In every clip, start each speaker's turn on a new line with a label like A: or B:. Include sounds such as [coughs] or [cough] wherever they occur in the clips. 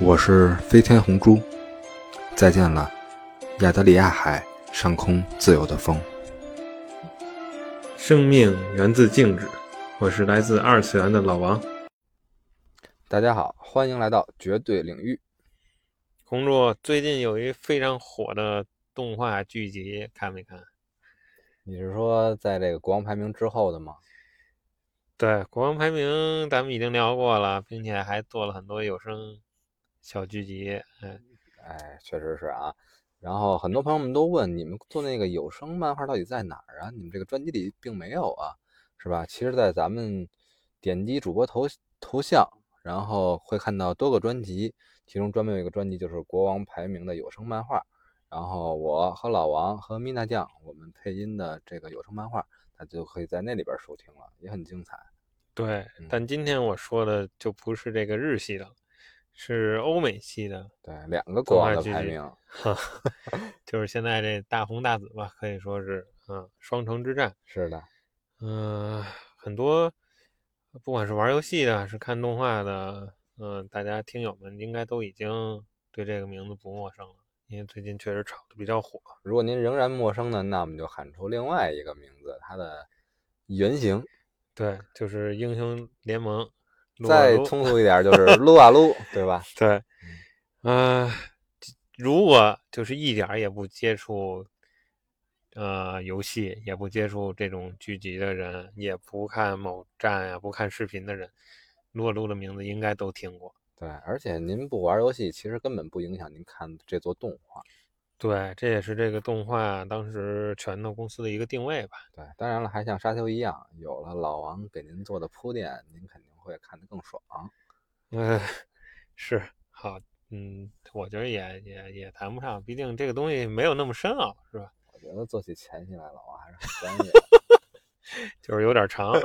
A: 我是飞天红猪，再见了，亚得里亚海上空自由的风。
B: 生命源自静止，我是来自二次元的老王。
A: 大家好，欢迎来到绝对领域。
B: 红猪最近有一非常火的动画剧集，看没看？
A: 你是说在这个国王排名之后的吗？
B: 对，国王排名咱们已经聊过了，并且还做了很多有声小剧集。嗯，
A: 哎，确实是啊。然后很多朋友们都问，你们做那个有声漫画到底在哪儿啊？你们这个专辑里并没有啊，是吧？其实，在咱们点击主播头头像，然后会看到多个专辑，其中专门有一个专辑就是国王排名的有声漫画。然后我和老王和米娜酱，我们配音的这个有声漫画，大家就可以在那里边收听了，也很精彩。
B: 对
A: 嗯。
B: 但今天我说的就不是这个日系的，是欧美系的，
A: 对，两个国王的
B: 动画
A: 排
B: 剧集
A: 名，
B: 哈， [laughs] 就是现在这大红大紫吧，可以说是，嗯，双城之战。
A: 是的，
B: 嗯、很多不管是玩游戏的，是看动画的，嗯、大家听友们应该都已经对这个名字不陌生了，因为最近确实炒的比较火。
A: 如果您仍然陌生呢，那我们就喊出另外一个名字，它的原型。
B: 对，就是英雄联盟，撸啊
A: 再
B: 撸
A: 通俗一点就是撸啊撸，对吧？ [laughs]
B: 对，呃，这如果就是一点儿也不接触，呃，游戏也不接触这种剧集的人，也不看某站呀、不看视频的人，撸啊撸的名字应该都听过。
A: 对，而且您不玩游戏，其实根本不影响您看这座动画。
B: 对，这也是这个动画当时拳头公司的一个定位吧。
A: 对，当然了，还像沙丘一样，有了老王给您做的铺垫，您肯定会看得更爽。
B: 嗯， [laughs] 是好，嗯，我觉得也也也谈不上，毕竟这个东西没有那么深奥，是吧？
A: 我觉得做起前戏来，老王还是很
B: [laughs]
A: 专业的。
B: 就是有点长。 [coughs]
A: 好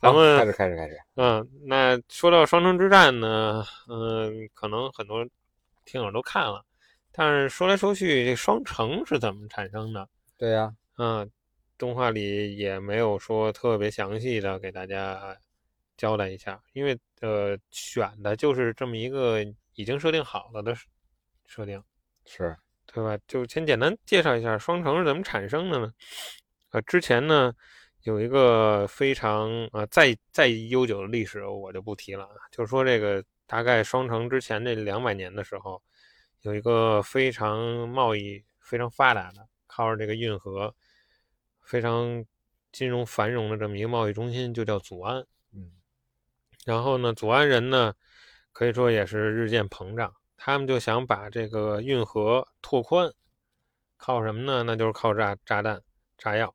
B: 咱们
A: 开始，开始，开始。
B: 嗯，那说到《双城之战》呢，嗯，可能很多听友都看了，但是说来说去，这双城是怎么产生的？
A: 对呀、
B: 嗯，动画里也没有说特别详细的给大家交代一下，因为呃，选的就是这么一个已经设定好了的设设定。
A: 是
B: 对吧？就先简单介绍一下双城是怎么产生的呢？呃，之前呢有一个非常呃再再悠久的历史，我就不提了啊。就是说这个大概双城之前这两百年的时候，有一个非常贸易非常发达的，靠着这个运河非常金融繁荣的这么一个贸易中心，就叫祖安。
A: 嗯，
B: 然后呢，祖安人呢，可以说也是日渐膨胀，他们就想把这个运河拓宽，靠什么呢？那就是靠炸炸弹、炸药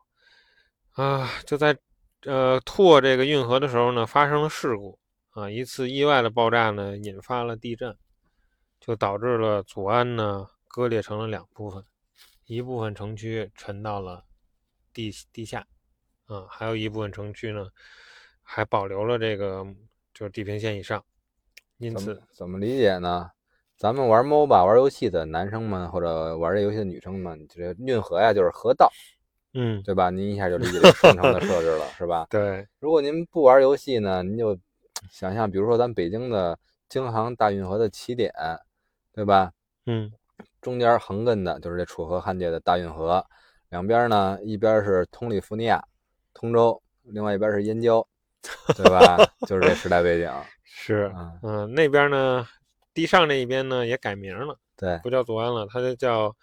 B: 啊！就在呃拓这个运河的时候呢，发生了事故啊，一次意外的爆炸呢，引发了地震，就导致了祖安呢割裂成了两部分，一部分城区沉到了地地下，啊，还有一部分城区呢，还保留了这个就是地平线以上，因
A: 怎
B: 此
A: 么怎么理解呢？咱们玩 MOBA 玩游戏的男生们，或者玩这游戏的女生们，这运河呀就是河道，
B: 嗯，
A: 对吧？您一下就理解这双城的设置了，是吧？
B: 对，
A: 如果您不玩游戏呢，您就想象，比如说咱北京的京杭大运河的起点，对吧？
B: 嗯，
A: 中间横亘的就是这楚河汉界的大运河，两边呢，一边是通利福尼亚、通州，另外一边是燕郊，对吧？就是这时代背
B: [laughs]
A: 景，
B: 是，
A: 嗯，
B: 嗯、那边呢，地上那一边呢也改名了，
A: 对，
B: 不叫左安了，它就叫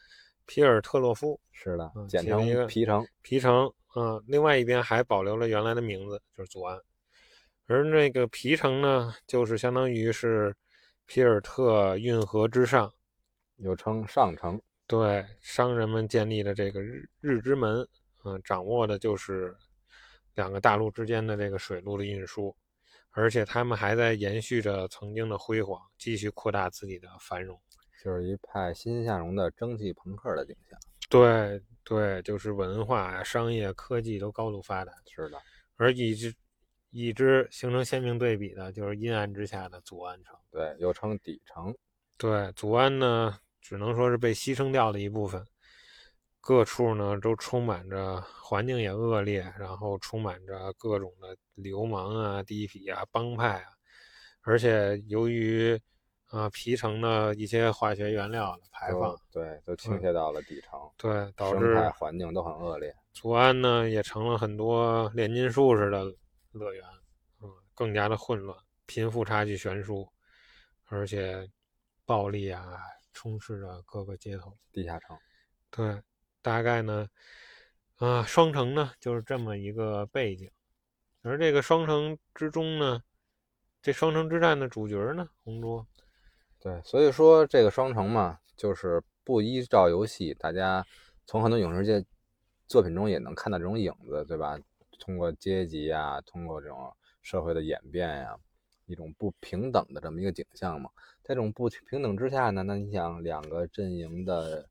B: 皮尔特洛夫
A: 是的，
B: 嗯
A: 简
B: 起了一
A: 称
B: 个
A: 皮城，
B: 皮城，嗯、另外一边还保留了原来的名字，就是左安，而那个皮城呢，就是相当于是皮尔特运河之上，
A: 又称上城，
B: 对商人们建立的这个日日之门，嗯、掌握的就是两个大陆之间的这个水路的运输，而且他们还在延续着曾经的辉煌，继续扩大自己的繁荣。
A: 就是一派欣欣向荣的蒸汽朋克的景象。
B: 对对，就是文化呀、商业、科技都高度发达，
A: 是的，
B: 而以之以之形成鲜明对比的，就是阴暗之下的祖安城。
A: 对，又称底城，
B: 对，祖安呢，只能说是被牺牲掉的一部分。各处呢都充满着环境也恶劣，然后充满着各种的流氓啊、地痞啊、帮派啊，而且由于啊皮城的一些化学原料的排放，
A: 都对，都倾泻到了底层，
B: 对，导
A: 生态
B: 致
A: 环境都很恶劣。
B: 祖安呢也成了很多炼金术士的乐园，嗯，更加的混乱，贫富差距悬殊，而且暴力啊充斥着各个街头。
A: 地下城，
B: 对，大概呢，啊、双城呢就是这么一个背景，而这个双城之中呢，这双城之战的主角呢，红猪，
A: 对，所以说这个双城嘛，就是不依照游戏，大家从很多影视界作品中也能看到这种影子，对吧？通过阶级啊，通过这种社会的演变呀、一种不平等的这么一个景象嘛。在这种不平等之下呢，那你想两个阵营的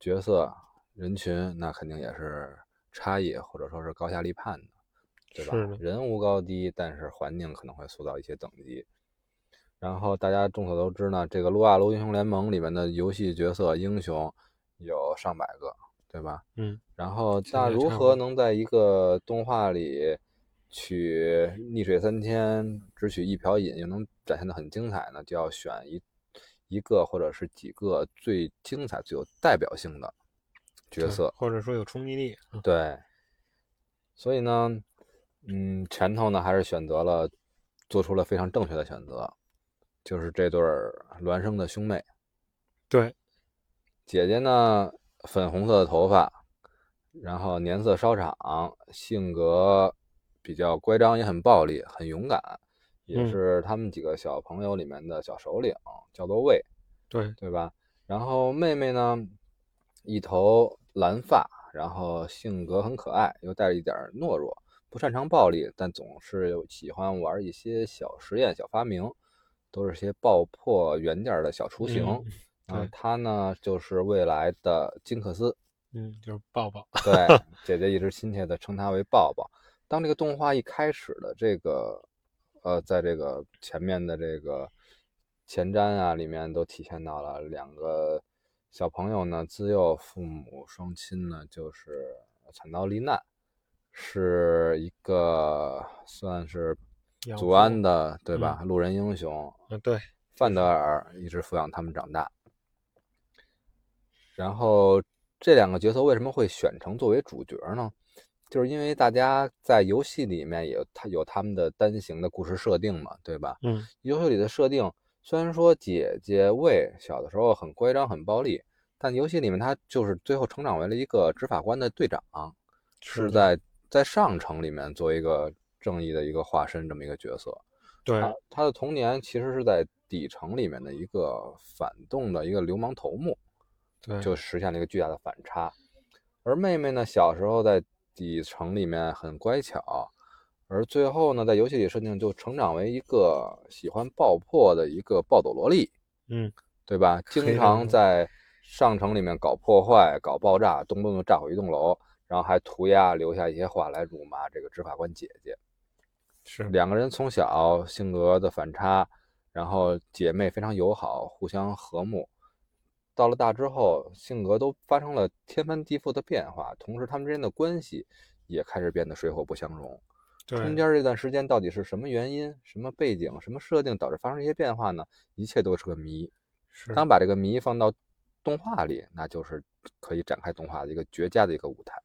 A: 角色人群，那肯定也是差异或者说是高下立判的，对吧
B: 是的？
A: 人无高低，但是环境可能会塑造一些等级。然后大家众所周知呢，这个撸啊撸英雄联盟里面的游戏角色英雄有上百个，对吧？
B: 嗯，
A: 然后
B: 现
A: 那
B: 在
A: 如
B: 差
A: 何
B: 不多
A: 能在一个动画里取逆水三千，只取一瓢饮，又能展现的很精彩呢？就要选一一个或者是几个最精彩、最有代表性的角
B: 对
A: 色，
B: 或者说有冲击力，嗯
A: 对，所以呢，嗯，拳头呢还是选择了，做出了非常正确的选择，就是这对儿孪生的兄妹。
B: 对，
A: 姐姐呢，粉红色的头发，然后年色稍长，性格比较乖张，也很暴力，很勇敢，也
B: 嗯
A: 是他们几个小朋友里面的小首领，叫做魏。
B: 对，
A: 对吧？然后妹妹呢，一头蓝发，然后性格很可爱，又带着一点儿懦弱，不擅长暴力，但总是有喜欢玩一些小实验、小发明，都是些爆破元件儿的小雏形。
B: 嗯 [laughs]
A: 啊，
B: 对
A: 她呢就是未来的金克斯，
B: 嗯，就是抱抱， [laughs]
A: 对，姐姐一直亲切的称她为抱抱。当这个动画一开始的这个，呃，在这个前面的这个前瞻啊里面都体现到了两个小朋友呢，自幼父母双亲呢就是惨遭罹难，是一个算是
B: 养
A: 祖
B: 父
A: 安的对吧？路人英雄，
B: 嗯，对，
A: 范德尔一直抚养他们长大。然后这两个角色为什么会选成作为主角呢？就是因为大家在游戏里面也有他有他们的单行的故事设定嘛，对吧？
B: 嗯，
A: 游戏里的设定虽然说姐姐魏小的时候很乖张、很暴力，但游戏里面她就是最后成长为了一个执法官的队长，是
B: 的
A: 在在上城里面做一个正义的一个化身这么一个角色。
B: 对，
A: 他他的童年其实是在底层里面的一个反动的一个流氓头目，
B: 对，
A: 就实现了一个巨大的反差。而妹妹呢，小时候在底层里面很乖巧，而最后呢，在游戏里设定就成长为一个喜欢爆破的一个暴走萝莉，
B: 嗯，
A: 对吧？经
B: 黑
A: 常
B: 人
A: 在上城里面搞破坏、搞爆炸，动不动就炸毁一栋楼，然后还涂鸦留下一些话来辱骂这个执法官姐姐。
B: 是，
A: 两个人从小性格的反差，然后姐妹非常友好，互相和睦。到了大之后，性格都发生了天翻地覆的变化，同时她们之间的关系也开始变得水火不相容。
B: 对，
A: 中间这段时间到底是什么原因、什么背景、什么设定导致发生这些变化呢？一切都是个谜。
B: 是，
A: 当把这个谜放到动画里，那就是可以展开动画的一个绝佳的一个舞台。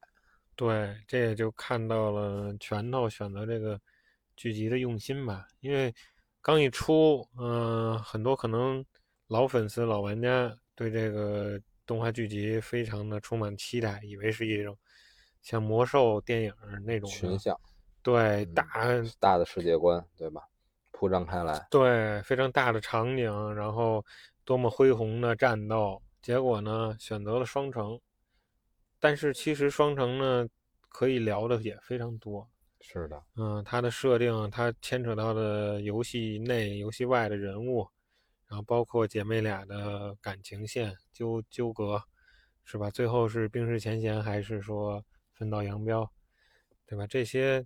B: 对，这也就看到了拳头选择这个剧集的用心吧，因为刚一出，嗯、很多可能老粉丝、老玩家对这个动画剧集非常的充满期待，以为是一种像魔兽电影儿那种
A: 群
B: 的
A: 像
B: 对
A: 嗯
B: 大
A: 大的世界观，对吧？铺张开来。
B: 对非常大的场景，然后多么恢宏的战斗，结果呢选择了双城，但是其实双城呢可以聊的也非常多。
A: 是的，
B: 嗯，它的设定，它牵扯到的游戏内、游戏外的人物，然后包括姐妹俩的感情线纠纠葛，是吧？最后是冰释前嫌，还是说分道扬镳，对吧？这些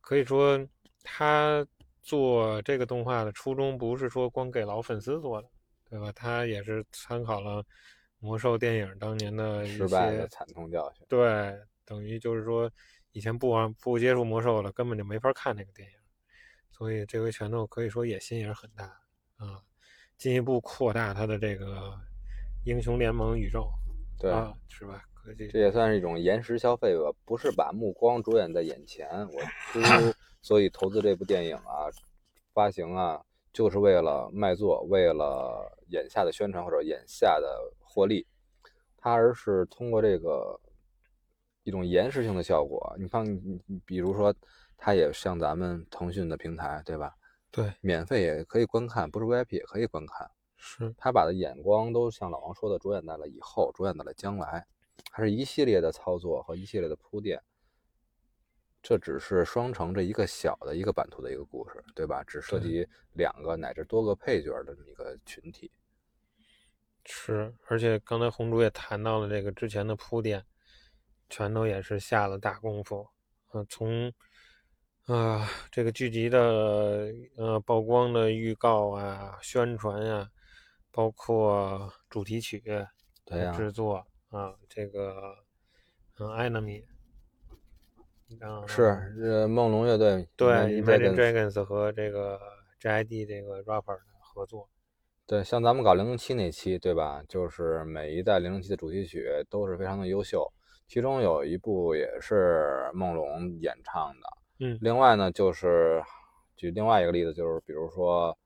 B: 可以说，他做这个动画的初衷不是说光给老粉丝做的，对吧？他也是参考了魔兽电影当年的一
A: 失败
B: 些
A: 的惨痛教训。
B: 对，等于就是说以前不玩不接触魔兽了，根本就没法看那个电影，所以这回拳头可以说野心也是很大啊。进一步扩大它的这个英雄联盟宇宙，
A: 对，
B: 啊，是吧？可这
A: 这也算是一种延时消费吧，不是把目光着眼在眼前。
B: [laughs]
A: 我 [clears throat] 之所以投资这部电影啊，发行啊，就是为了卖座，为了眼下的宣传或者眼下的获利，它而是通过这个一种延时性的效果。啊你看，你你比如说，它也像咱们腾讯的平台，对吧？
B: 对
A: 免费也可以观看，不是 VIP 也可以观看。
B: 是
A: 他把的眼光都像老王说的，着眼在了以后，着眼在了将来，还是一系列的操作和一系列的铺垫。这只是双城这一个小的一个版图的一个故事，对吧？只涉及两个乃至多个配角的这么一个群体。
B: 是，而且刚才红主也谈到了这个之前的铺垫，全都也是下了大功夫。呃，从啊、呃这个剧集的呃曝光的预告啊、宣传啊，包括主题曲
A: 对呀、
B: 制作啊、这个嗯、呃、，Enemy，嗯、
A: 是呃，梦龙乐队
B: 对
A: Imagine
B: ，Imagine
A: Dragons
B: Dragons 和这个 JID 这个 rapper 的合作，
A: 对，像咱们搞零零七那期，对吧？就是每一代零零七的主题曲都是非常的优秀，其中有一部也是梦龙演唱的。
B: 嗯
A: 另外呢，就是举另外一个例子，就是比如说，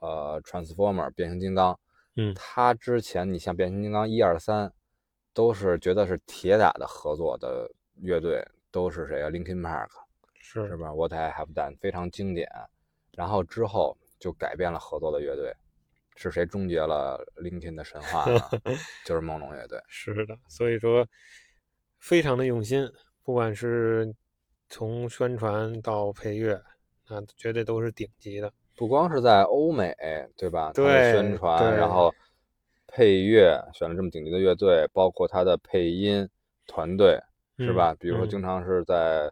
A: 呃，Transformer 变形金刚，
B: 嗯
A: 它之前你像变形金刚一二三，都是觉得是铁打的合作的乐队，都是谁啊？Linkin Park。
B: 是
A: 是吧？What I Have Done 非常经典，然后之后就改变了合作的乐队，是谁终结了 Linkin 的神话呢？就是梦龙乐队。
B: 是的，所以说非常的用心，不管是从宣传到配乐，那绝对都是顶级的。
A: 不光是在欧美，对吧？它的
B: 对
A: 宣传，
B: 对
A: 然后配乐选了这么顶级的乐队，包括它的配音团队，是
B: 嗯
A: 吧？比如说
B: 嗯
A: 经常是在《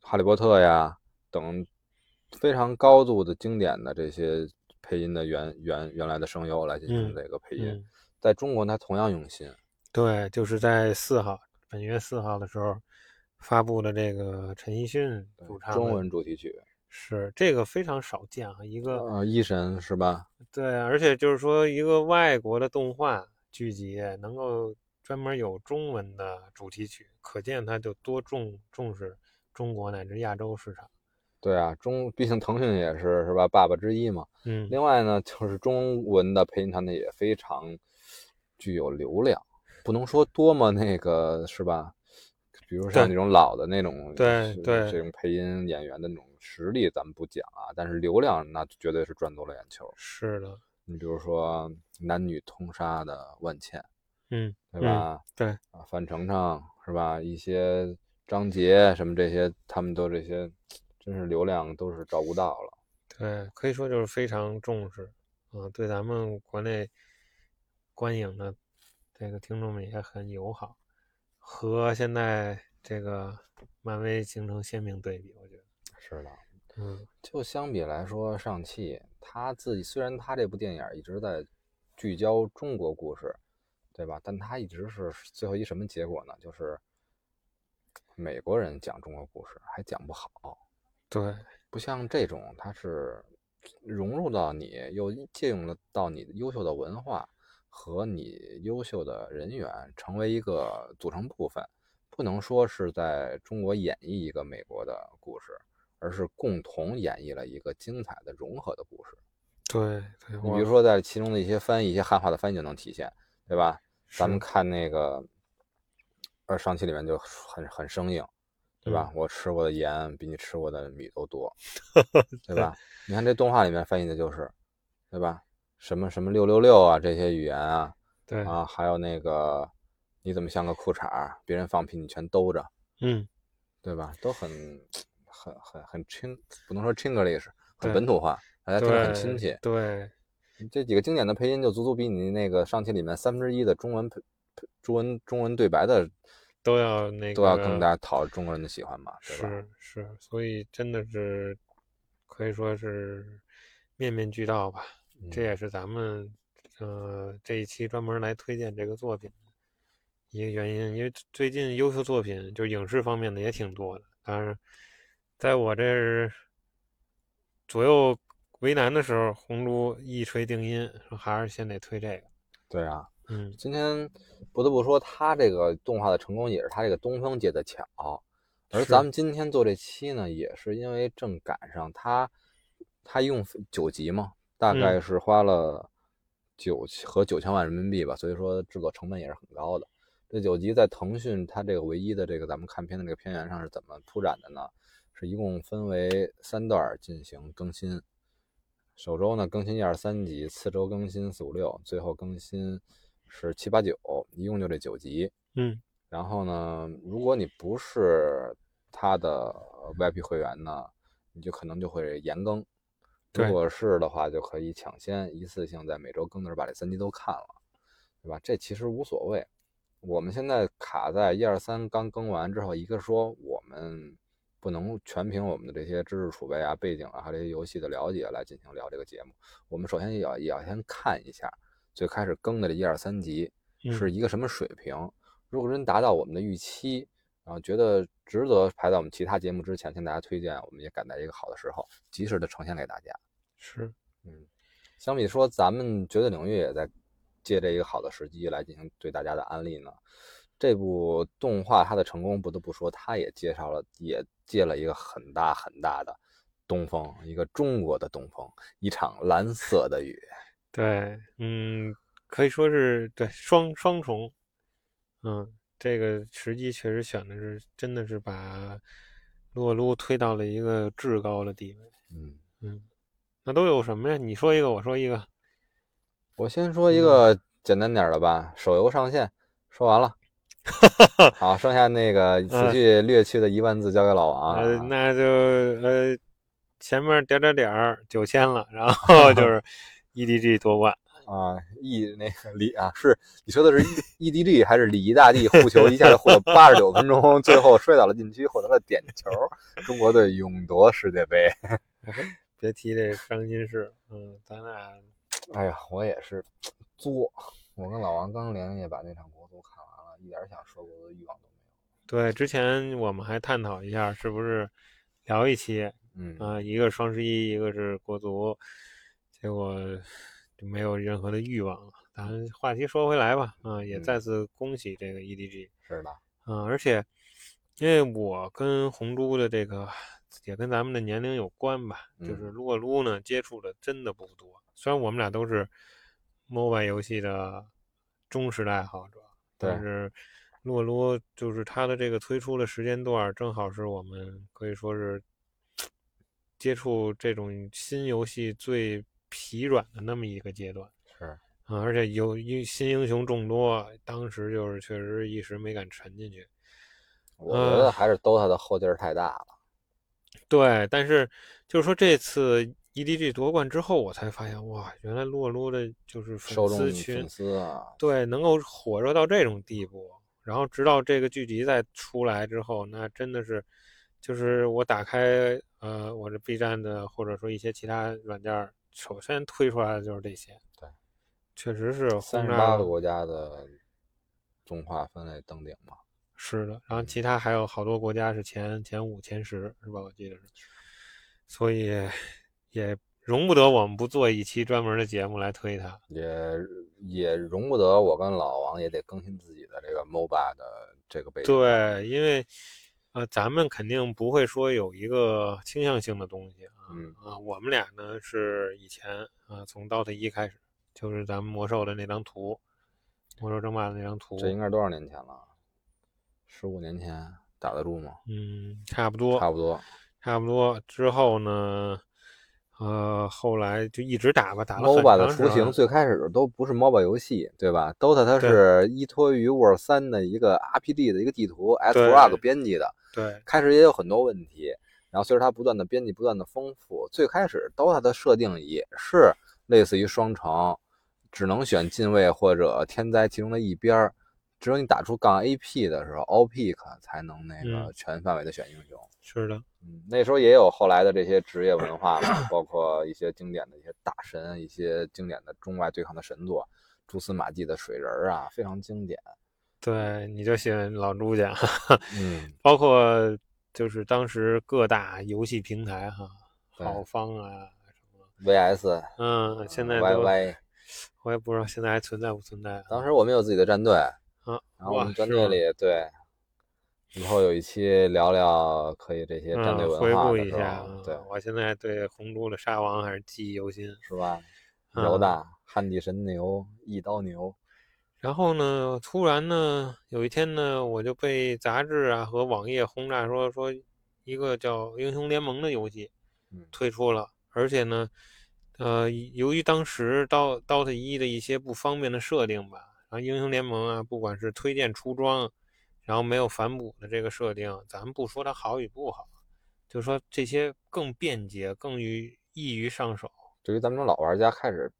A: 哈利波特》呀等非常高度的经典的这些配音的原原原来的声优来进行
B: 嗯
A: 这个配音。
B: 嗯，
A: 在中国它同样用心。
B: 对，就是在四号，本月四号的时候发布的这个陈奕迅主唱的
A: 中文主题曲，
B: 是这个非常少见啊，一个、
A: 呃，一神是吧？
B: 对，而且就是说一个外国的动画剧集能够专门有中文的主题曲，可见它就多重重视中国乃至亚洲市场。
A: 对啊，中毕竟腾讯也是是吧，爸爸之一嘛。
B: 嗯，
A: 另外呢，就是中文的配音团队也非常具有流量，不能说多么那个是吧？比如像
B: 对
A: 那种老的那种
B: 对
A: 是
B: 对
A: 这种配音演员的那种实力，咱们不讲啊，但是流量那绝对是赚走了眼球。
B: 是的，
A: 你比如说男女通杀的万茜，
B: 嗯，
A: 对
B: 嗯
A: 吧？
B: 对，
A: 啊，范丞丞是吧？一些张杰什么这些，他们都这些，真是流量都是照顾到了。
B: 对，可以说就是非常重视啊、对咱们国内观影的这个听众们也很友好，和现在这个漫威形成鲜明对比，我觉得，
A: 是的，
B: 嗯，
A: 就相比来说，上汽他自己虽然他这部电影一直在聚焦中国故事，对吧？但他一直是最后一什么结果呢？就是美国人讲中国故事还讲不好，
B: 对，
A: 不像这种，它是融入到你，又借用了到你优秀的文化和你优秀的人员，成为一个组成部分。不能说是在中国演绎一个美国的故事，而是共同演绎了一个精彩的融合的故事。
B: 对，对，
A: 你
B: 我
A: 比如，说，在其中的一些翻译、一些汉化的翻译就能体现，对吧？咱们
B: 是
A: 看那个，呃，上期里面就很很生硬，对
B: 嗯
A: 吧？我吃过的盐比你吃过的米都
B: [laughs]
A: 多，对吧？你看这动画里面翻译的就是，对吧？什么什么六六六啊，这些语言啊
B: 对，
A: 啊，还有那个你怎么像个裤衩儿，别人放屁你全兜着，
B: 嗯，
A: 对吧？都很很很很亲，不能说 Chinglish，很
B: 对
A: 本土化，大家听着很亲
B: 对
A: 切。
B: 对，
A: 这几个经典的配音就足足比你那个上期里面三分之一的中文配配中文中文对白的
B: 都要那个
A: 都要更加讨中国人的喜欢嘛，对吧？
B: 是是，所以真的是可以说是面面俱到吧。这
A: 嗯
B: 也是咱们呃这一期专门来推荐这个作品的一个原因，因为最最近优秀作品就影视方面的也挺多的，当然在我这儿左右为难的时候，红猪一锤定音，说还是先得推这个。
A: 对啊，
B: 嗯，
A: 今天不得不说，他这个动画的成功也是他这个东风借的巧。而
B: 是
A: 咱们今天做这期呢，也是因为正赶上他，他一共九集嘛，大概是花了九千和九千万人民币吧，所以说制作成本也是很高的。这九集在腾讯它这个唯一的这个咱们看片的这个片源上是怎么铺展的呢？是一共分为三段儿进行更新。首周呢更新一二三集，次周更新四五六，最后更新是七八九，一共就这九集。
B: 嗯，
A: 然后呢，如果你不是他的 VIP 会员呢，你就可能就会延更。如
B: 对
A: 果是的话，就可以抢先一次性在每周更的时候把这三集都看了，对吧？这其实无所谓。我们现在卡在一二三刚更完之后，一个说我们不能全凭我们的这些知识储备啊、背景啊，还有这些游戏的了解来进行聊这个节目。我们首先也要也要先看一下最开始更的这一二三集
B: 嗯
A: 是一个什么水平。如果真达到我们的预期，然后觉得值得排在我们其他节目之前，向大家推荐，我们也赶在一个好的时候，及时的呈现给大家。
B: 是
A: 相比说，咱们绝对领域也在借这一个好的时机来进行对大家的安利呢。这部动画它的成功，不得不说，它也介绍了，也借了一个很大很大的东风，一个中国的东风，一场蓝色的雨。
B: 对，嗯，可以说是对双双重，嗯，这个时机确实选的是，真的是把洛撸推到了一个至高的地位。
A: 嗯，
B: 那都有什么呀？你说一个，我说一个。
A: 我先说一个简单点儿的吧，手游上线说完 [laughs] 了。好，剩下那个此去略去的一万字交给老王
B: 呃，
A: 啊。
B: 那就呃，前面点点点儿九千了，然后就是 EDG 夺冠，
A: 啊，一那个李啊，是你说的是 E D G 还是李仪大帝护球，一下就护 [laughs] 了八十九分钟，最后摔倒了禁区，获得了点球，中国队勇夺世界杯。
B: 别提这伤心事。嗯，咱俩
A: [laughs] 哎呀，我也是作，我跟老王刚连夜把那场国足看完了，一点儿想说国足的欲望都没
B: 对之前我们还探讨一下，是不是聊一期
A: 有。嗯，
B: 啊、一个双十一，一个是国足，结果就没有任何的欲望了。咱话题说回来吧，啊、也
A: 嗯
B: 再次恭喜这个 E EDG，
A: 是的，
B: 嗯，而且因为我跟红猪的这个也跟咱们的年龄有关吧，就是
A: 嗯
B: 撸啊撸呢接触的真的不多，虽然我们俩都是 MOBA 游戏的忠实的爱好者，但
A: 对
B: 是撸啊撸就是它的这个推出的时间段儿正好是我们可以说是接触这种新游戏最疲软的那么一个阶段。
A: 是，
B: 啊，而且有英新英雄众多，当时就是确实一时没敢沉进去。
A: 我觉得还是兜他的后劲儿太大了。
B: 对，但是就是说这次 EDG 夺冠之后，我才发现哇，原来撸啊撸的就是
A: 受众
B: 粉丝群
A: 粉，丝啊，
B: 对，能够火热到这种地步。然后直到这个剧集再出来之后，那真的是，就是我打开呃我这 B 站的或者说一些其他软件儿，首先推出来的就是这些。
A: 对，
B: 确实是
A: 三
B: 轰
A: 十
B: 炸
A: 八
B: 了
A: 个国家的动画分类登顶嘛。
B: 是的，然后其他还有好多国家是前前五、前十，是吧？我记得是，所以也容不得我们不做一期专门的节目来推它。
A: 也也容不得我跟老王也得更新自己的这个 MOBA 的这个背景。，
B: 对，因为呃，咱们肯定不会说有一个倾向性的东西啊。
A: 嗯
B: 啊，我们俩呢是以前啊，从 DOTA 一开始，就是咱们魔兽的那张图，魔兽争霸的那张图，
A: 这应该是多少年前了？十五年前打得住吗？
B: 嗯，差不多，
A: 差不多。
B: 差不多之后呢，呃，后来就一直打吧，打了很
A: MOBA 的
B: 长
A: 雏
B: 时
A: 形
B: 间。
A: 最开始都不是 MOBA 游戏，对吧？DOTA 它
B: 对
A: 是依托于 World 三的一个 RPG 的一个地图 s
B: 对
A: r o g 编辑的，
B: 对
A: 开始也有很多问题，然后随着它不断的编辑、不断的丰富，最开始 DOTA 的设定也是类似于双城，只能选近卫或者天灾其中的一边儿，只有你打出杠 AP 的时候，OP 可才能那个
B: 嗯
A: 全范围的选英雄。
B: 是的，
A: 嗯，那时候也有后来的这些职业文化
B: [coughs]
A: 嘛，包括一些经典的一些大神，一些经典的中外对抗的神作，蛛丝马迹的水人儿啊，非常经典。
B: 对，你就喜欢老朱 [laughs] 家，
A: 嗯，
B: 包括就是当时各大游戏平台哈，
A: 对
B: 浩方啊，什么
A: VS
B: 嗯，现在都
A: YY，
B: 我也不知道现在还存在不存在啊。
A: 当时我们有自己的战队，
B: 啊，
A: 然后我们
B: 哇
A: 战
B: 是
A: 队
B: 吗
A: 里对，以后有一期聊聊可以这些战队
B: 嗯，
A: 文
B: 回
A: 化
B: 顾
A: 的
B: 一
A: 时
B: 下
A: 候，
B: 啊，
A: 对，
B: 我现在对红猪的沙王还是记忆犹新。
A: 是吧？
B: 嗯
A: 柔大、旱地神牛、一刀牛，
B: 然后呢，突然呢，有一天呢，我就被杂志啊和网页轰炸说说一个叫《英雄联盟》的游戏
A: 嗯
B: 推出了，而且呢，呃，由于当时到 DOTA 一的一些不方便的设定吧，然后《英雄联盟》啊，不管是推荐出装，然后没有反哺的这个设定，咱们不说它好与不好，就说这些更便捷、更于易于上手。
A: 对于咱们这种老玩家开始，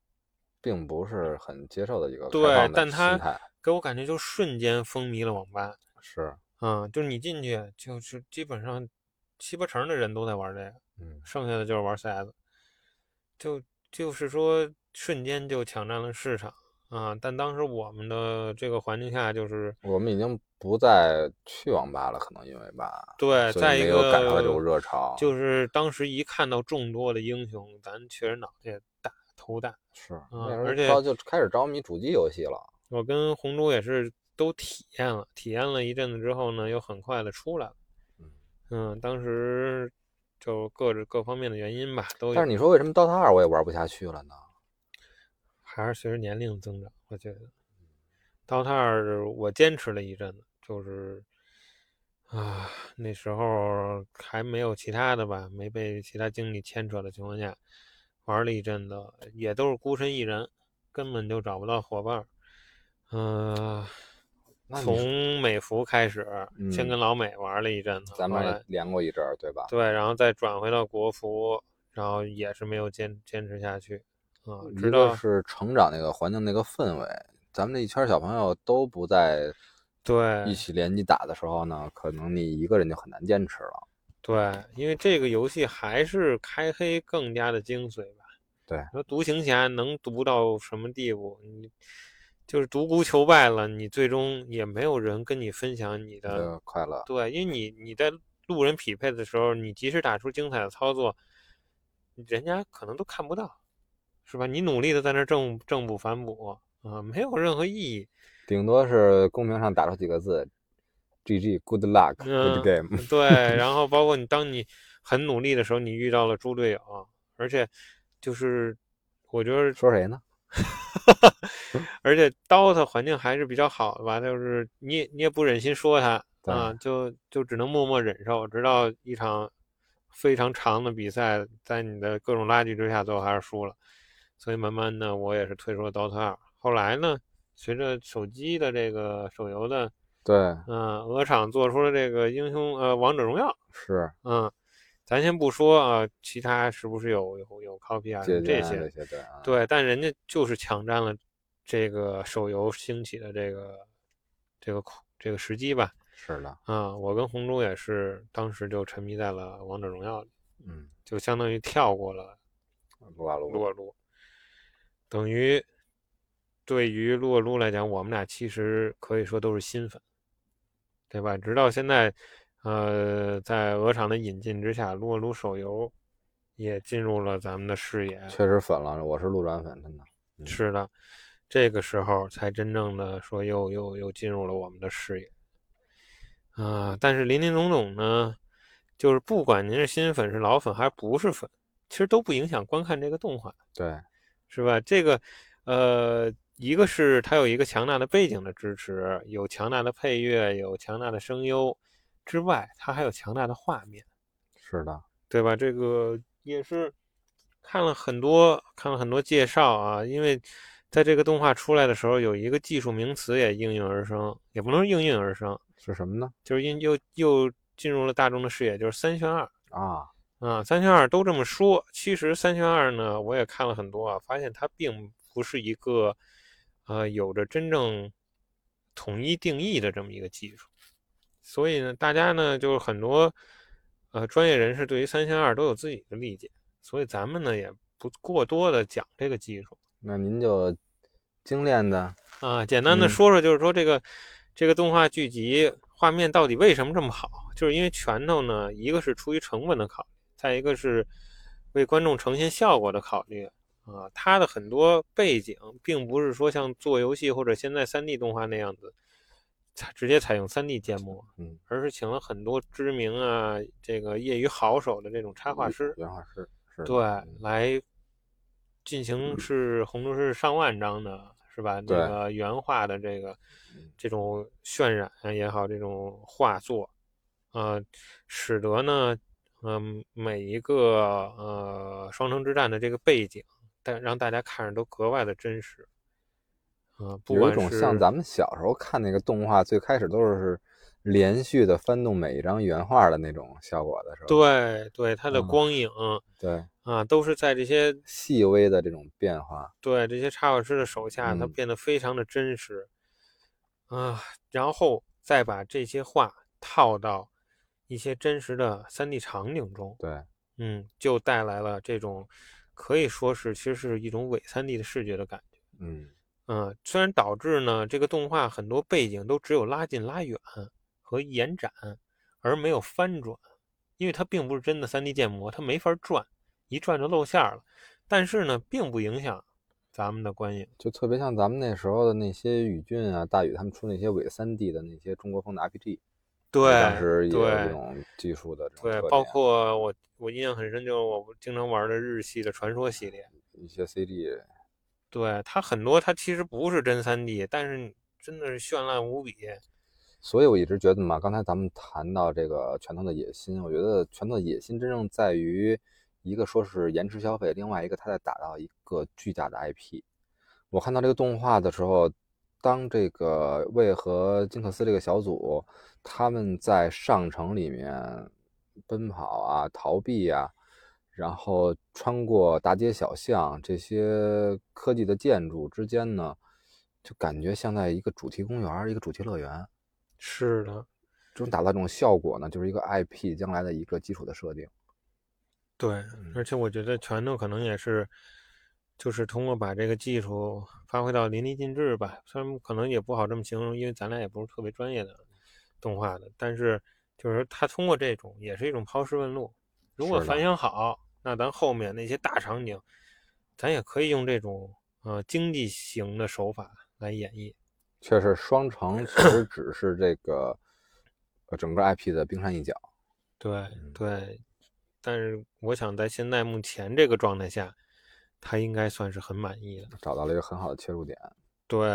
A: 并不是很接受的一个开
B: 对
A: 放，的
B: 但
A: 心
B: 它
A: 态，
B: 给我感觉就瞬间风靡了网吧。
A: 是，
B: 嗯，就是你进去，就是基本上七八成的人都在玩这个，
A: 嗯，
B: 剩下的就是玩 CS，就就是说瞬间就抢占了市场啊、但当时我们的这个环境下，就是
A: 我们已经不再去网吧了，可能因为吧，
B: 对，
A: 所
B: 再
A: 以
B: 一
A: 没有赶上
B: 个
A: 了这种热潮，
B: 就是当时一看到众多的英雄，咱确实脑袋也大头大。
A: 是
B: 嗯
A: 那时候
B: 而且
A: 着就开始着迷主机游戏了，
B: 我跟红猪也是都体验了，体验了一阵子之后呢，又很快的出来了。嗯，当时就各各方面的原因吧，都有。
A: 但是你说为什么 DOTA 二我也玩不下去了呢？
B: 还是随着年龄增长，我觉得。DOTA 二我坚持了一阵子，就是啊，那时候还没有其他的吧，没被其他经历牵扯的情况下，玩了一阵子，也都是孤身一人，根本就找不到伙伴儿。嗯、
A: 那你说
B: 从美服开始，先
A: 嗯
B: 跟老美玩了一阵子，
A: 咱
B: 嗯后
A: 们
B: 来
A: 也连过一阵儿，对吧？
B: 对，然后再转回到国服，然后也是没有坚坚持下去啊、
A: 一个
B: 直到
A: 是成长那个环境那个氛围，咱们这一圈儿小朋友都不在
B: 对
A: 一起联机打的时候呢，可能你一个人就很难坚持了。
B: 对，因为这个游戏还是开黑更加的精髓吧。
A: 对
B: 你说独行侠能独到什么地步？你就是独孤求败了，你最终也没有人跟你分享你
A: 你
B: 的。
A: 的快乐，
B: 对，啊因为你你在路人匹配的时候，你及时打出精彩的操作，人家可能都看不到，是吧？你努力的在那儿正正补反补啊、没有任何意义。
A: 顶多是公屏上打出几个字，GG good luck good
B: 嗯
A: game，
B: 对，然后包括你，当你很努力的时候，你遇到了猪队友，而且就是我觉得，
A: 说谁呢？
B: 而且 DOTA 环境还是比较好的吧，就是你也你也不忍心说他
A: 对
B: 啊，就就只能默默忍受，直到一场非常长的比赛，在你的各种拉锯之下，最后还是输了。所以慢慢的，我也是退出了 DOTA 二。后来呢，随着手机的这个手游的，
A: 对，
B: 嗯、鹅厂做出了这个英雄呃王者荣耀。
A: 是
B: 嗯，咱先不说啊，其他是不是有有有 copy 啊什
A: 借
B: 么
A: 鉴
B: 这
A: 啊这
B: 些，
A: 些对啊，
B: 对，但人家就是抢占了这个手游兴起的这个这个这个时机吧。
A: 是的，
B: 啊、我跟红猪也是当时就沉迷在了王者荣耀里，
A: 嗯，
B: 就相当于跳过了
A: 撸啊撸
B: 撸啊撸，等于对于撸啊撸来讲，我们俩其实可以说都是新粉，对吧？直到现在，呃，在鹅厂的引进之下，撸啊撸手游也进入了咱们的视野。
A: 确实粉了，我是路转粉，真的。嗯
B: 是的，这个时候才真正的说又又又进入了我们的视野。啊、但是林林总总呢，就是不管您是新粉是老粉还是不是粉，其实都不影响观看这个动画。
A: 对，
B: 是吧？这个，呃，一个是它有一个强大的背景的支持，有强大的配乐，有强大的声优，之外，它还有强大的画面，
A: 是的，
B: 对吧？这个也是看了很多看了很多介绍啊，因为在这个动画出来的时候，有一个技术名词也应运而生，也不能说应运而生，
A: 是什么呢？
B: 就是因又又进入了大众的视野，就是三选二。
A: 啊，
B: 啊，三选二都这么说。其实三选二呢，我也看了很多啊，发现它并不是一个呃有着真正统一定义的这么一个技术。所以呢，大家呢就是很多呃专业人士对于三选二都有自己的理解，所以咱们呢也不过多的讲这个技术
A: 那您就精炼的，
B: 啊，简单
A: 嗯
B: 的说说就是说这个、这个动画剧集画面到底为什么这么好，就是因为拳头呢，一个是出于成本的考虑，再一个是为观众呈现效果的考虑啊，它的很多背景并不是说像做游戏或者现在 3D 动画那样子，采直接采用 3D 建模，
A: 嗯，
B: 而是请了很多知名啊这个业余好手的这种插画师，
A: 原画师是的
B: 对，来进行是红州是上万张的，是吧？
A: 嗯
B: 这
A: 对嗯
B: 个原画的这个这种渲染也好，这种画作，呃，使得呢，嗯、每一个呃双城之战的这个背景，但让大家看着都格外的真实。嗯、不
A: 有
B: 管
A: 一种
B: 是
A: 像咱们小时候看那个动画，最开始都是连续的翻动每一张原画的那种效果的时候，
B: 对对它的
A: 嗯
B: 光影、
A: 对，
B: 啊，都是在这些
A: 细微的这种变化，
B: 对这些插画师的手下，它
A: 嗯
B: 变得非常的真实啊，然后再把这些画套到一些真实的 3D 场景中，
A: 对，
B: 嗯，就带来了这种可以说是其实是一种伪 3D 的视觉的感觉。
A: 嗯，
B: 嗯，虽然导致呢这个动画很多背景都只有拉近、拉远和延展，而没有翻转，因为它并不是真的 3D 建模，它没法转，一转就露馅儿了。但是呢，并不影响咱们的观影。
A: 就特别像咱们那时候的那些宇俊啊、大宇他们出那些伪三 D 的那些中国风的 RPG，
B: 对，
A: 当时也有这
B: 对
A: 种技术的这种
B: 对
A: 特，
B: 包
A: 点
B: 括我我印象很深，就是我经常玩的日系的传说系列，
A: 一些 CD，
B: 对它很多它其实不是真 3D，但是你真的是绚烂无比。
A: 所以我一直觉得嘛，刚才咱们谈到这个拳头的野心，我觉得拳头的野心真正在于一个说是延迟消费，另外一个他在打造一个巨大的 IP。我看到这个动画的时候，当这个魏和金克斯这个小组他们在上城里面奔跑啊、逃避啊，然后穿过大街小巷这些科技的建筑之间呢，就感觉像在一个主题公园儿、一个主题乐园。
B: 是的，
A: 这种打造这种效果呢，就是一个 IP 将来的一个基础的设定。
B: 对，
A: 嗯
B: 而且我觉得拳头可能也是，就是通过把这个技术发挥到淋漓尽致吧。虽然可能也不好这么形容，因为咱俩也不是特别专业的动画的，但是就是他通过这种也是一种抛尸问路。如果
A: 是
B: 反
A: 的
B: 响好，那咱后面那些大场景，咱也可以用这种呃经济型的手法来演绎。
A: 确实，双城其实只是这个呃整个 IP 的冰山一角。
B: 对
A: 嗯
B: 对，但是我想在现在目前这个状态下，他应该算是很满意的。
A: 找到了一个很好的切入点。
B: 对，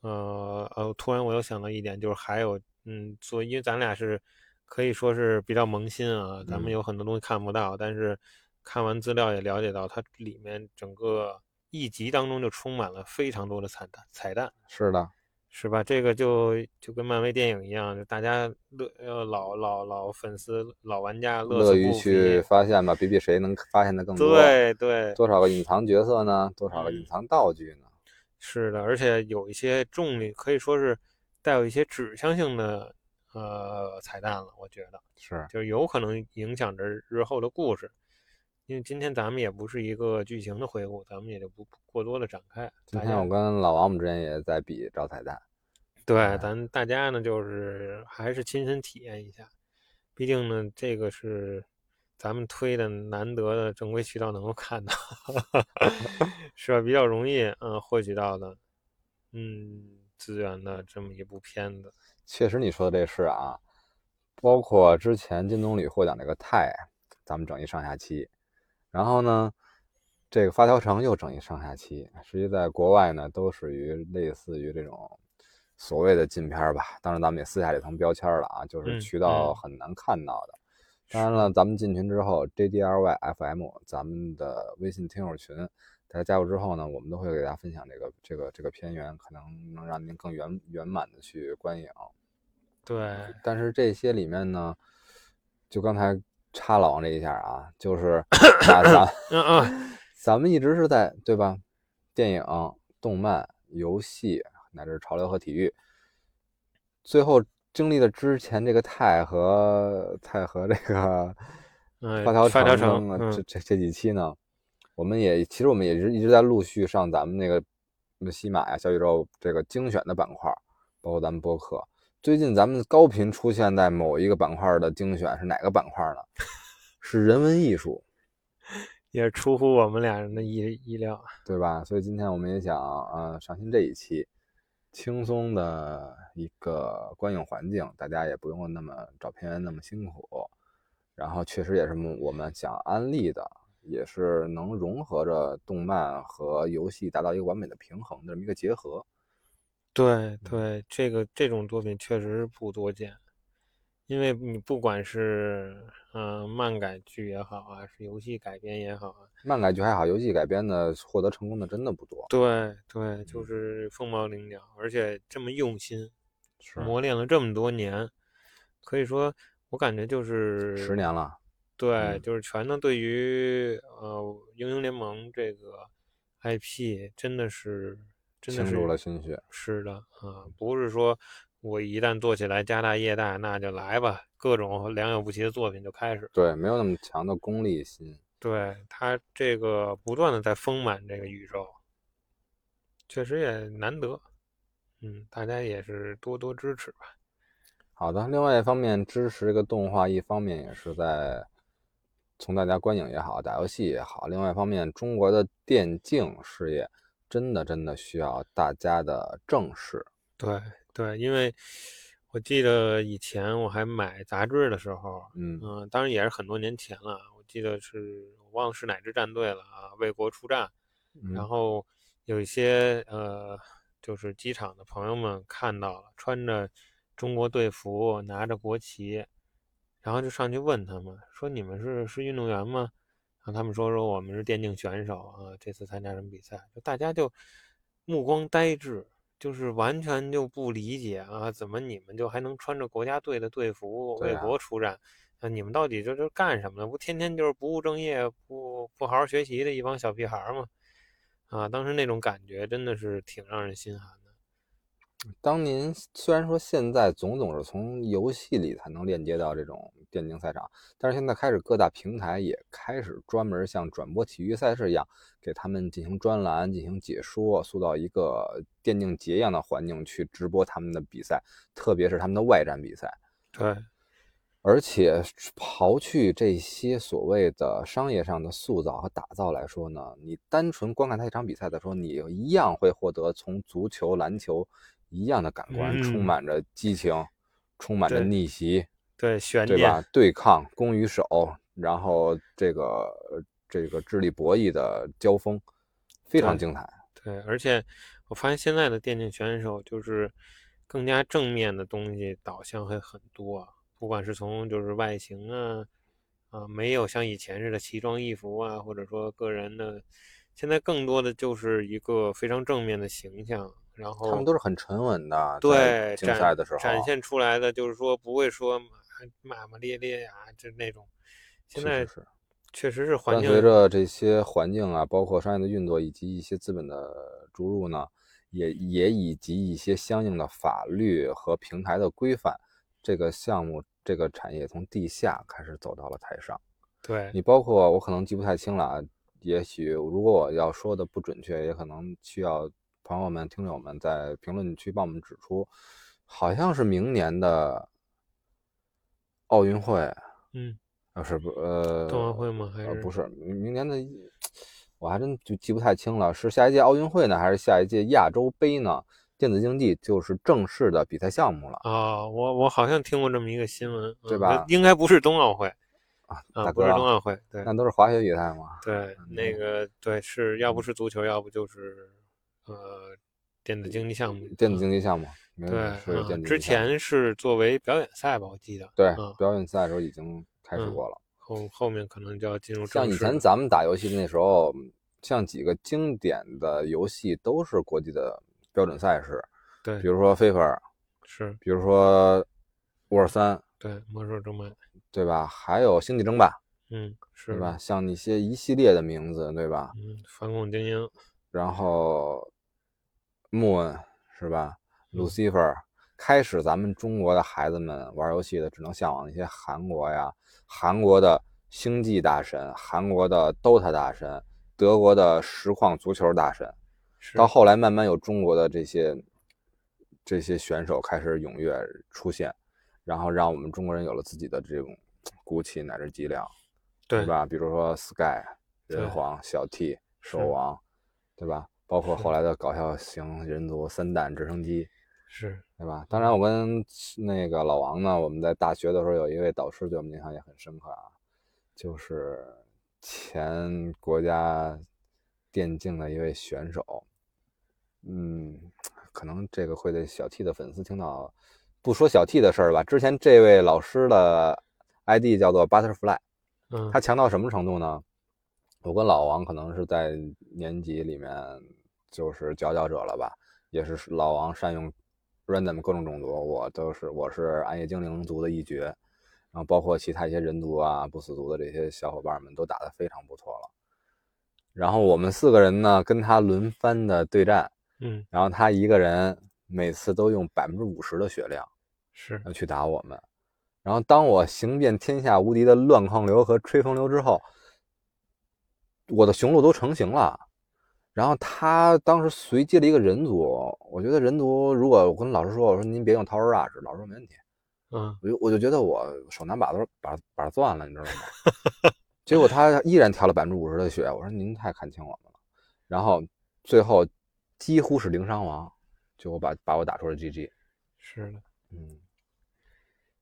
B: 呃呃，突然我又想到一点，就是还有，嗯，所以因为咱俩是可以说是比较萌新啊，咱们
A: 嗯
B: 有很多东西看不到，但是看完资料也了解到，它里面整个一集当中就充满了非常多的彩蛋，彩蛋
A: 是的，
B: 是吧？这个就就跟漫威电影一样，就大家乐呃老老老粉丝老玩家乐
A: 乐
B: 此
A: 于
B: 不
A: 去
B: 疲，
A: 发现吧，比比谁能发现的更多。，
B: 对对，嗯
A: 多少个隐藏角色呢？多少个隐藏道具呢？
B: 是的，而且有一些重力可以说是带有一些指向性的呃彩蛋了，我觉得
A: 是
B: 就有可能影响着日后的故事。因为今天咱们也不是一个剧情的回顾，咱们也就不不过多的展开。
A: 今
B: 大
A: 天
B: 家
A: 我跟老王我们之间也在比找彩蛋。
B: 对，咱大家呢就是还是亲身体验一下，毕竟呢这个是咱们推的难得的正规渠道能够看到， [laughs] 是吧？比较容易嗯获取到的，嗯资源的这么一部片子，
A: 确实，你说的这事啊，包括之前金棕榈获奖这个泰，咱们整一上下期，然后呢，这个发条城又整一上下期。实际在国外呢，都属于类似于这种所谓的禁片儿吧。当然，咱们也撕下这层标签儿了啊，就
B: 嗯
A: 是渠道
B: 嗯
A: 很难看到的。当然了，咱们进群之后，JDRYFM 咱们的微信听友群，大家加入之后呢，我们都会给大家分享这个这个这个片源，可能能让您更圆圆满的去观影。
B: 对，
A: 但是这些里面呢，就刚才插老王这一下啊，就是把咱
B: 嗯嗯，
A: [laughs] 咱们一直是在对吧？电影、动漫、游戏，乃至潮流和体育，最后经历了之前这个泰和泰和这个
B: [laughs] 哎
A: 发条
B: 发条
A: 城
B: 城
A: 啊这
B: 嗯
A: 这这几期呢，我们也其实我们也是一直在陆续上咱们那个什么西马呀、小宇宙这个精选的板块，包括咱们播客。最近咱们高频出现在 [laughs] 某一个板块的精选是哪个板块呢？是人文艺术。
B: 也是出乎我们俩人的意意料。啊
A: 对吧？所以今天我们也想呃上新这一期，轻松的一个观影环境，大家也不用那么找片源那么辛苦，然后确实也是我们想安利的，也是能融合着动漫和游戏达到一个完美的平衡的这么一个结合。
B: 对对，这个这种作品确实不多见，因为你不管是嗯、呃漫改剧也好啊，是游戏改编也好啊，
A: 漫改剧还好，游戏改编的获得成功的真的不多。
B: 对对，
A: 嗯
B: 就是凤毛麟角，而且这么用心
A: 是
B: 磨练了这么多年，可以说我感觉就是
A: 十年了，
B: 对，
A: 嗯
B: 就是全都对于呃英雄联盟这个 IP 真的是真的
A: 倾
B: 是
A: 注了心血。
B: 是的啊、不是说我一旦做起来家大业大，那就来吧，各种良莠不齐的作品就开始。
A: 对，没有那么强的功利心。
B: 对他这个不断的在丰满这个宇宙，确实也难得。嗯，大家也是多多支持吧。
A: 好的，另外一方面支持这个动画，一方面也是在从大家观影也好，打游戏也好，另外一方面，中国的电竞事业真的真的需要大家的正视。
B: 对对，因为我记得以前我还买杂志的时候，
A: 嗯，
B: 嗯，当然也是很多年前了，啊我记得是我忘了是哪支战队了啊，为国出战。然
A: 嗯
B: 后有一些呃，就是机场的朋友们看到了，穿着中国队服，拿着国旗，然后就上去问他们说：“你们是是运动员吗？”然后他们说：“说我们是电竞选手啊，这次参加什么比赛？”就大家就目光呆滞，就是完全就不理解啊，怎么你们就还能穿着国家队的队服
A: 对
B: 为
A: 啊
B: 国出战？啊，你们到底这这干什么呢？不天天就是不务正业、不不好好学习的一帮小屁孩儿吗？啊，当时那种感觉真的是挺让人心寒的。
A: 当您虽然说现在总总是从游戏里才能链接到这种电竞赛场，但是现在开始各大平台也开始专门像转播体育赛事一样，给他们进行专栏、进行解说，塑造一个电竞节一样的环境去直播他们的比赛，特别是他们的外战比赛。
B: 对，
A: 而且刨去这些所谓的商业上的塑造和打造来说呢，你单纯观看他一场比赛的时候，你一样会获得从足球、篮球一样的感官，
B: 嗯
A: 充满着激情，充满着
B: 对
A: 逆袭，
B: 对，悬
A: 对
B: 念，
A: 吧？对抗、攻与守，然后这个呃这个智力博弈的交锋，非常
B: 对
A: 精彩。
B: 对，而且我发现现在的电竞选手就是更加正面的东西导向会很多啊，不管是从就是外形啊，啊，没有像以前似的奇装异服啊，或者说个人的，现在更多的就是一个非常正面的形象，然后
A: 他们都是很沉稳的，在
B: 哦对，
A: 竞
B: 展
A: 赛的时候啊
B: 展现出来的就是说不会说骂骂骂咧咧呀、就那种。现
A: 是
B: 在
A: 是是
B: 确实是环
A: 伴
B: 境，
A: 随着这些环境啊，包括商业的运作以及一些资本的注入呢，也也以及一些相应的法律和平台的规范，这个项目这个产业从地下开始走到了台上。
B: 对
A: 你包括我可能记不太清了啊，也许如果我要说的不准确，也可能需要朋友们、听友们在评论区帮我们指出，好像是明年的奥运会。
B: 嗯，
A: 啊，是不呃，
B: 冬奥会吗还
A: 呃
B: 是
A: 不是明明年的一，我还真就记不太清了，是下一届奥运会呢，还是下一届亚洲杯呢？电子竞技就是正式的比赛项目了
B: 啊、我我好像听过这么一个新闻，
A: 对
B: 嗯
A: 吧
B: 应该不是冬奥会
A: 啊，
B: 啊，
A: 大
B: 不
A: 哥
B: 是
A: 啊，
B: 冬奥会，对
A: 那都是嗯滑雪比赛嘛。
B: 对，那个对是，要不
A: 嗯
B: 是足球，要不就是呃电子竞技项目，
A: 电子
B: 嗯
A: 竞技项目，没有
B: 对，
A: 是电子
B: 嗯，
A: 竞技项目。
B: 之前是作为表演赛吧，我记得，
A: 对
B: 嗯，
A: 表演赛的时候已经开始
B: 嗯
A: 过了，
B: 后后面可能就要进入
A: 像
B: 正
A: 以
B: 式
A: 前
B: 了
A: 咱们打游戏的那时候，像几个经典的游戏都是国际的标准赛事，
B: 对
A: 比如说 FIFA，
B: 是
A: 比如说沃尔三，
B: 对魔兽争霸，
A: 对吧？还有星际争霸。
B: 嗯是
A: 对
B: 的
A: 吧？像一些一系列的名字，对吧？
B: 嗯，反恐精英，
A: 然后 Moon 是吧
B: 嗯
A: ？Lucifer，开始咱们中国的孩子们玩游戏的，只能向往一些韩国呀，韩国的星际大神，韩国的 DOTA 大神，德国的实况足球大神。
B: 是
A: 到后来，慢慢有中国的这些这些选手开始踊跃出现，然后让我们中国人有了自己的这种骨气乃至脊梁，
B: 对
A: 吧？比如说 Sky，人
B: 对
A: 皇、小 T、兽
B: 是
A: 王，对吧？包括后来的搞笑型人族三弹直升机，
B: 是
A: 对吧？当然，我跟那个老王呢，我们在大学的时候有一位导师对我们影响也很深刻啊，就是前国家电竞的一位选手。嗯，可能这个会对小 T 的粉丝听到，不说小 T 的事儿吧。之前这位老师的 ID 叫做 Butterfly，
B: 嗯
A: 他强到什么程度呢？我跟老王可能是在年级里面就是佼佼者了吧，也是老王善用 random 各种种族，我都是我是暗夜精灵族的一角，然后包括其他一些人族啊、不死族的这些小伙伴们都打得非常不错了。然后我们四个人呢跟他轮番的对战，
B: 嗯
A: 然后他一个人每次都用百分之五十的血量。
B: 是
A: 要去打我们。然后当我行遍天下无敌的乱矿流和吹风流之后，我的雄鹿都成型了。然后他当时随机了一个人族，我觉得人族如果我跟老师说，我说您别用掏耳大指，老师说没问题。
B: 嗯
A: 我就我就觉得我手拿把都把把攥了，你知道吗？结果他依然调了百分之五十的血，我说您太看轻我们了。然后最后几乎是零伤亡，就我把把我打出了 GG。
B: 是的，
A: 嗯，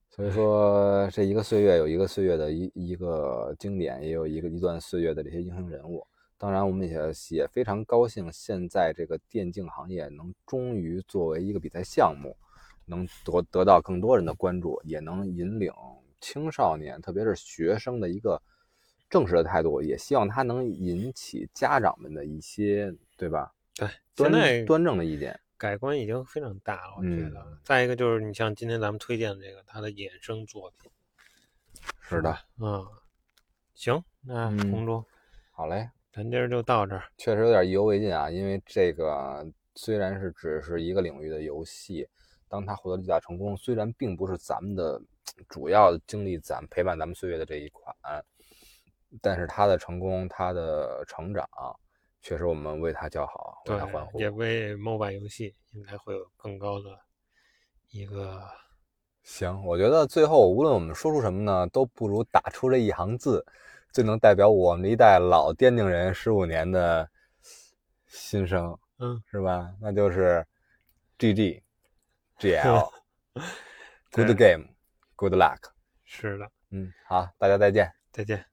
A: 所以说这一个岁月有一个岁月的一一个经典，也有一个一段岁月的这些英雄人物。当然，我们也也非常高兴，现在这个电竞行业能终于作为一个比赛项目，能得得到更多人的关注，也能引领青少年，特别是学生的一个正式的态度。也希望它能引起家长们的一些，对吧？
B: 对，
A: 端
B: 现在
A: 端正的意见。
B: 改观已经非常大了，我觉得。
A: 嗯
B: 再一个就是你像今天咱们推荐这个它的衍生作品，
A: 是的，
B: 嗯，行，那
A: 嗯
B: 红珠，
A: 好嘞。
B: 咱今儿就到这儿，
A: 确实有点意犹未尽啊，因为这个虽然是只是一个领域的游戏，当它获得巨大成功，虽然并不是咱们的主要经历咱陪伴咱们岁月的这一款，但是它的成功，它的成长，确实我们为它叫好，为
B: 对
A: 它欢，呼
B: 也。为 MOBA 游戏应该会有更高的一个，
A: 行，我觉得最后无论我们说出什么呢，都不如打出这一行字，最能代表我们一代老电竞人十五年的心声。
B: 嗯，
A: 是吧？那就是 G G G L
B: [laughs]
A: Good
B: 对
A: Game Good Luck。
B: 是的，
A: 嗯，好，大家再见。
B: 再见。